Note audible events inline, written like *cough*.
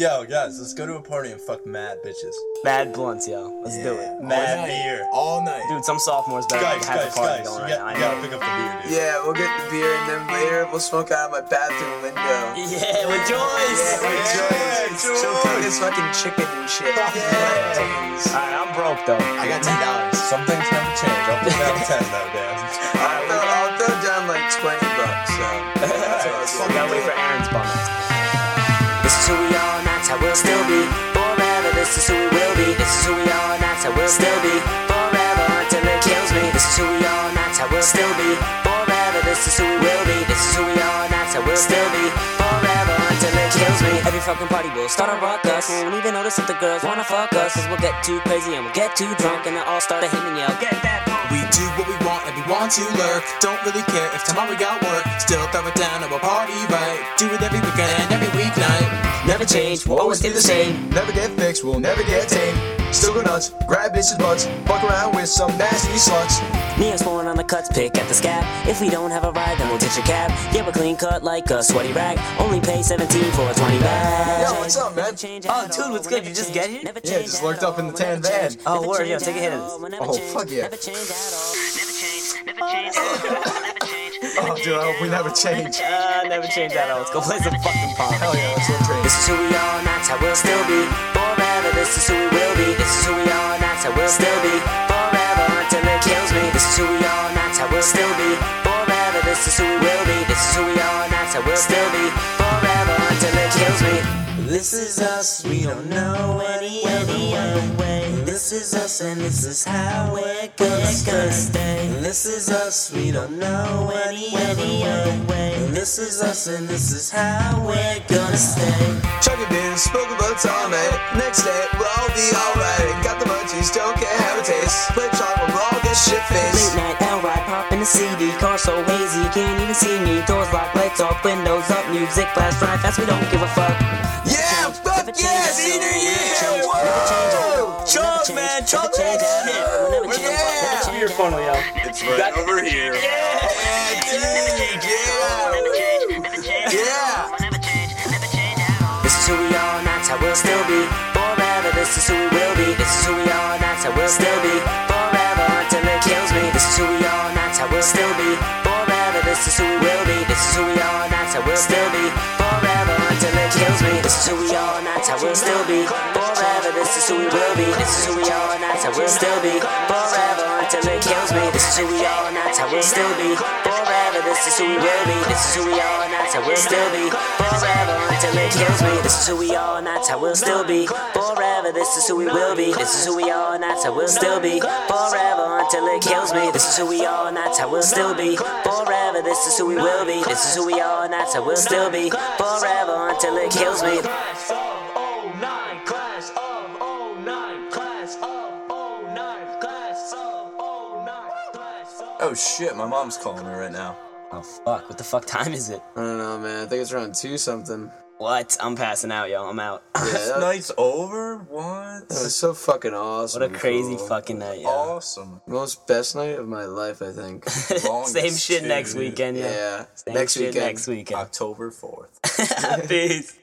Yo, guys, let's go to a party and fuck mad bitches. Mad blunts, yo. Let's do Yeah, it. all Mad night, beer. All night. Dude, some sophomores better Guys, have guys, a party guys, going you, right got, now. I you know. gotta pick up the beer, dude. Yeah, we'll get the beer and then later we'll smoke out of my bathroom window. Yeah, with Yeah, Joyce. like Yeah, Joyce. She'll take his fucking chicken and shit. All right, I'm broke though. I got ten dollars. Some things never change. I'll put down 10 that I'll throw, I'll throw down like 20 bucks, so. That's what I'll We do. gotta wait for Aaron's bump. This is who we are, and that's how we'll still be. Forever, this is who we will be. This is who we are, and that's how we'll still be. Forever until it kills me. This is who we are, and that's how we'll still be. Forever, this is who we will be. This is who we are, and that's how we'll still be. Forever until it kills me. Every fucking party will start a ruckus. We won't even notice if the girls wanna fuck us. Cause we'll get too crazy and we'll get too drunk, and they'll all start to hit and yell, Get that punk. We do what we want and we want to lurk. Don't really care if tomorrow we got work. Still throw it down and we'll party right. Do it every weekend and every weeknight. Never change, we'll always be the same. Never get fixed, we'll never get tame. Still go nuts, grab bitches' butts, fuck around with some nasty sluts. Me and Swan on the cuts, pick at the scab. If we don't have a ride, then we'll ditch your cab. Yeah, we're clean cut like a sweaty rag. Only pay 17 for a 20 bag. Yo, what's up, man? Oh, dude, what's good? You just get here? Yeah, just lurked up in the tan van. Oh, word, yo, take a hit of this. Oh, fuck yeah. *laughs* Oh, dude, I hope we never change. Uh, never change that. all. Let's go play some fucking pop. Hell yeah, let's go train. This is who we are, and that's how we'll still be. Forever, this is who we will be. This is who we are, and that's how we'll still be. Forever until it kills me. This is who we are, and that's how we'll still be. Forever, this is who we will be. This is who we are, and that's how we'll still be. Forever until it kills me. down. This is us, we don't know any other way. This is us, and this is how we're gonna stay. This is us, we don't know any other way. This is us, and this is how we're gonna stay. Chugging beer, smoking butts all night. Next day, we'll all be alright. Got the munchies, don't care how it tastes. Play chocolate, we'll all get shit Late faced. night L-Ride, popping the CD Car so hazy, can't even see me Doors locked, lights off, windows up Music flash right fast, we don't give a fuck Yeah, fuck yeah, senior year! Whoa! Chug, man, chug that shit Yeah. Beer funnel, yo. It's right over here. Yeah, dude, yeah! Yeah! This is who we are, and that's how we'll still be Forever, this is who we will be This is who we are, and that's how we'll still be Forever until it kills me This is who we are, and that's how we'll still be Forever, this is who we will be This is who we are, and that's how we'll still be Forever until it kills me This is who we are, and that's how we'll still be Forever, this is who we will be This is who we are, and that's how we'll still be Forever until it kills me This is who we are, and that's how we'll still be Forever, this is who we will be This is who we are, and that's how we'll still be Forever until it kills me This is who we are, and that's how we'll still be Forever, this is who we will be This is who we are, and that's how we'll still be Forever until it kills me This is who we are, and that's how we'll still be Forever, this is who we will be This is who we are, and that's how we'll still be Forever until it kills me Class of 09, class of 09, class of 09, class of 09, class of *laughs* Oh shit, my mom's calling me right now. Oh, fuck. What the fuck time is it? I don't know, man. I think it's around two something. What? I'm passing out, yo. I'm out. Yeah, This that, night's over? that What? was so fucking awesome. What a crazy fool. fucking night, *laughs* yo. Awesome. Most best night of my life, I *laughs* think. Same longest, shit next dude. weekend, yo. Yeah. Same next shit weekend. next *laughs* weekend. October 4th. *laughs* Peace.